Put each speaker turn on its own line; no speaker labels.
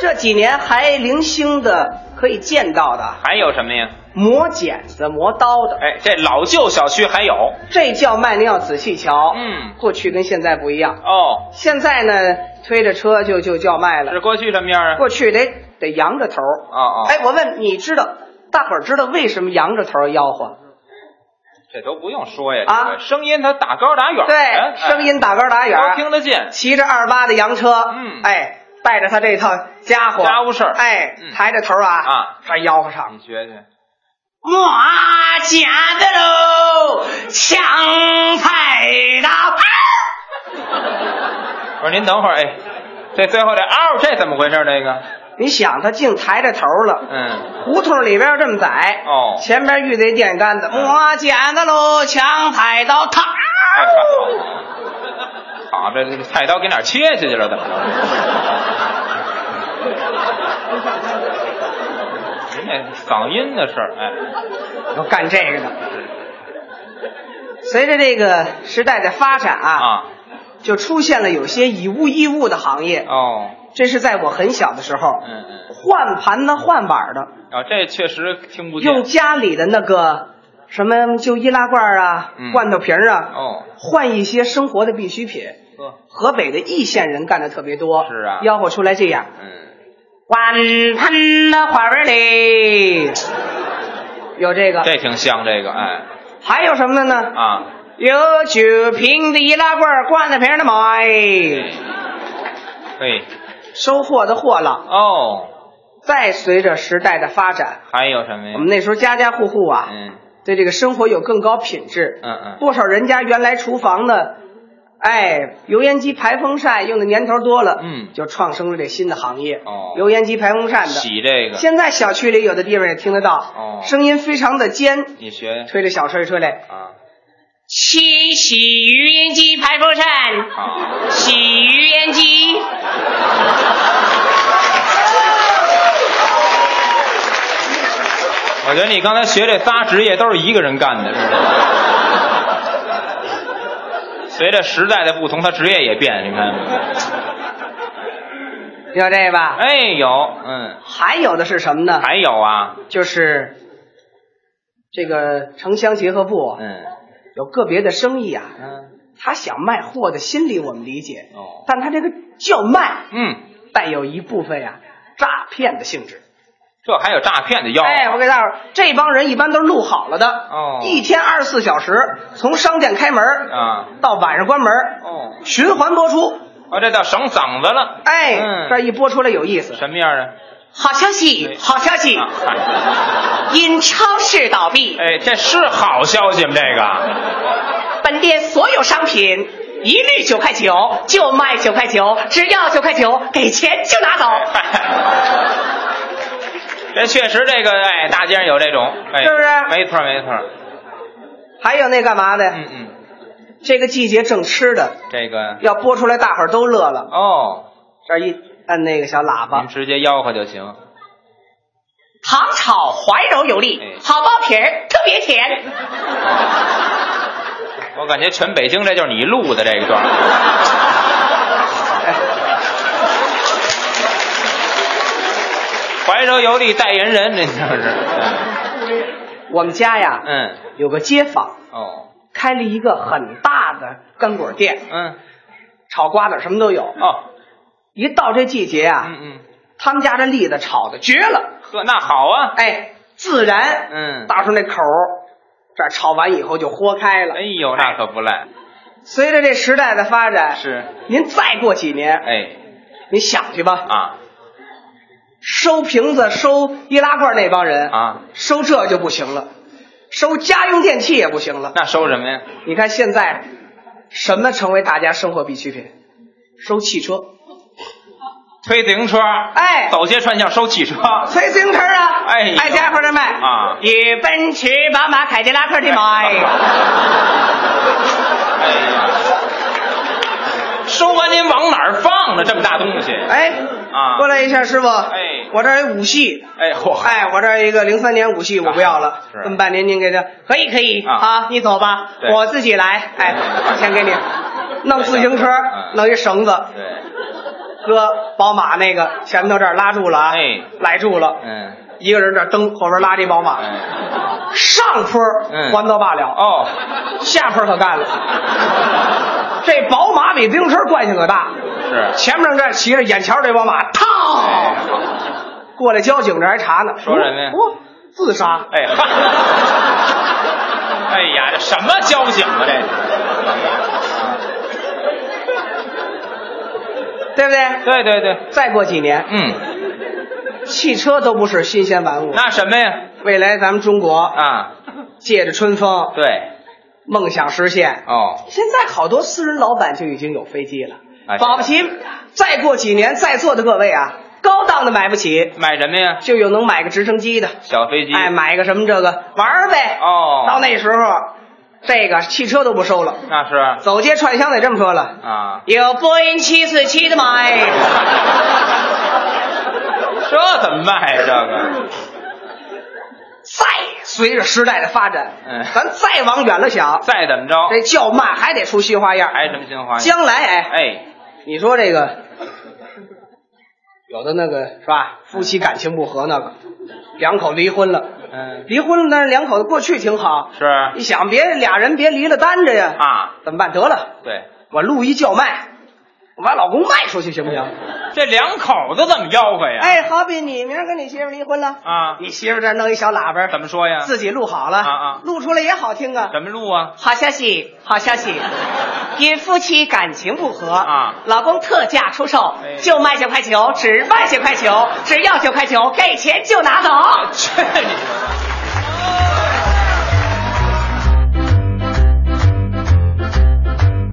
这几年还零星的可以见到的
还有什么呀？
磨剪子、磨刀的，
哎，这老旧小区还有
这叫卖，您要仔细瞧。
嗯
过去跟现在不一样，
哦，
现在呢推着车就就叫卖
这
了，
过去什么样啊？
过去得得扬着头。
哦哦，
哎，我问你知道，大伙儿知道为什么扬着头吆喝？
这都不用说呀，
啊
这个声音它打高打远，哎
对，声音打高打远
都
儿，
听得见。
骑着二八的洋车，
嗯
哎，带着他这套家伙，
家伙事儿
哎
嗯，
抬着头啊，
啊，
他吆喝上
你学学，
磨剪子喽，抢菜刀。
我说您等会儿，哎，这最后这嗷，这怎么回事？这个，
你想，他净抬着头了。
嗯，
胡同里边这么窄
哦
前边遇这电线杆子，
嗯
磨剪子喽，抢菜刀，他
哎，好，好，这这菜刀给哪儿切下去了？怎么？您这嗓音的事儿，哎，
都干这个的。随着这个时代的发展啊，
啊，
就出现了有些以物易物的行业。
哦，
这是在我很小的时候，
嗯嗯，
换盘的、换碗的，
啊，这确实听不见。
用家里的那个什么就易拉罐啊、
嗯
罐头瓶啊，
哦，
换一些生活的必需品。
呵，
河北的易县人干的特别多，
是啊
吆喝出来这样。
嗯，
碗盆的花儿里，有这个，
这挺像这个，哎，
还有什么的呢？
啊，
有酒瓶的、易拉罐、罐头瓶的买，
嘿，
收获的获了。
哦，
再随着时代的发展，
还有什么呀
我？们那时候家家户户啊，
嗯
对这个生活有更高品质。
嗯嗯，
不少人家原来厨房呢，哎，油烟机、排风扇用的年头多了，
嗯
就创生了这新的行业。
哦
油烟机、排风扇的，
洗这个，
现在小区里有的地方也听得到，
哦
声音非常的尖，
你学学
吹着小吹吹来，
啊，
清洗油烟机、排风扇，
好，
洗油烟机。
我觉得你刚才学这仨职业都是一个人干 的，是吧？随着时代的不同，他职业也变，你看见没？
要这吧？
哎，有，嗯，
还有的是什么呢？
还有啊，
就是这个城乡结合部啊
嗯
有个别的生意啊，
嗯，
他想卖货的心理我们理解，
哦，
但他这个叫卖
嗯，
带有一部分呀、诈骗的性质。
这还有诈骗的要，
哎，我给大伙儿，这帮人一般都是录好了的，
哦
一天二十四小时，从商店开门
啊，
到晚上关门，
哦，
循环播出。
哦，这叫省嗓子了，
哎，
嗯
这一播出来有意思。
什么样啊？
好消息，好消息，
啊 嗨
因超市倒闭，
哎，这是好消息吗？这个
本店所有商品一律九块九，就卖九块九，只要九块九，给钱就拿走，
嗯哎 这确实这个哎，大街上有这种，哎，
是不是
没错没错，
还有那干嘛的？
嗯嗯，
这个季节正吃的，
这个
要播出来，大伙儿都乐了。
哦，
这一按那个小喇
您
叭，
直接吆喝就行。
嗯糖炒怀柔有力
哎
好包皮儿特别甜。
我感觉全北京这就是你录的这一段，怀柔邮递代言人，您这是，
我们家呀，
嗯，
有个街坊
哦，
开了一个很大的干果店，
嗯，
炒瓜子儿什么都有。
哦，
一到这季节啊，
嗯嗯，
他们家这栗子炒的绝了，
呵，那好啊，
哎，自然，
嗯
大树那口儿，这炒完以后就豁开了。
哎呦，那可不赖，
随着这时代的发展，
是，
您再过几年，
哎，
您想去吧，
啊
收瓶子、收易拉罐那帮人，
啊，
收这就不行了，收家用电器也不行了。
那收什么呀？
你看现在什么成为大家生活必需品？收汽车，
推自行车，
哎
走街串巷收汽车，
推自行车啊，
哎呦
挨家伙的卖
啊
以奔驰、宝马、凯迪拉克的买，
哎呀，收完您往哪儿放呢？这么大东西？哎，
哎，
啊
过来一下，师傅，
哎
我这儿有五系。
嚯、
哎，我这儿一个零三年五系我不要了，
啊是
这么半年您给他可以可以
啊
你走吧，
对
我 自己来，哎，把钱给你，弄自行车
嗯，
弄一绳子，
对，
哥，宝马那个前头这儿拉住了啊，
哎
来住了，
嗯，
一个人这儿蹬，后边拉着一宝马，
哎，
上坡
嗯
还则罢了，
哦，
下坡可干 了。这宝马比自行车关系可大，
是，
前面这骑着眼瞧这宝
哎
马，嘡，过来交警这还查呢，
说什么呀
我自杀，
哎哈，哎呀，这什么交警啊这是？
对不对？
对对对，
再过几年，
嗯，
汽车都不是新鲜玩物。
那什么呀？
未来咱们中国
啊，
借着春风，
对，
梦想实现。
哦，
现在好多私人老板就已经有飞机了
哎，
保不齐再过几年，在座的各位啊，高档的买不起，
买什么呀？
就有能买个直升机的，
小飞机。
哎，买个什么这个玩儿呗。
哦，
到那时候，这个汽车都不收了，
那是
走街串巷得这么说了。
啊，
有波音七四七的哎买，
这怎么卖呀？这个
再随着时代的发展，
嗯
咱再往远了想，
再怎么着，
这叫卖还得出新花样。
还什么新花样？
将来哦哎，
哎，
你说这个，有的那个是吧？夫妻感情不和，那个两口离婚了，
嗯，
离婚了，但是两口子过去挺好。
是
一想别俩人别离了单着呀，
啊，
怎么办？得了，
对，
我录一叫卖，我把老公卖出去行不行？
这两口子怎么吆喝呀？
哎，好比你明儿跟你媳妇离婚了，
啊，
你媳妇这儿弄一小喇叭，
怎么说呀？
自己录好了，
啊啊
录出来也好听啊。
怎么录 啊？
好消息，好消息！因夫妻感情不和
啊
老公特价出售
哎，
就卖九块九，只卖九块九，只要九块九，给钱就拿走。
这你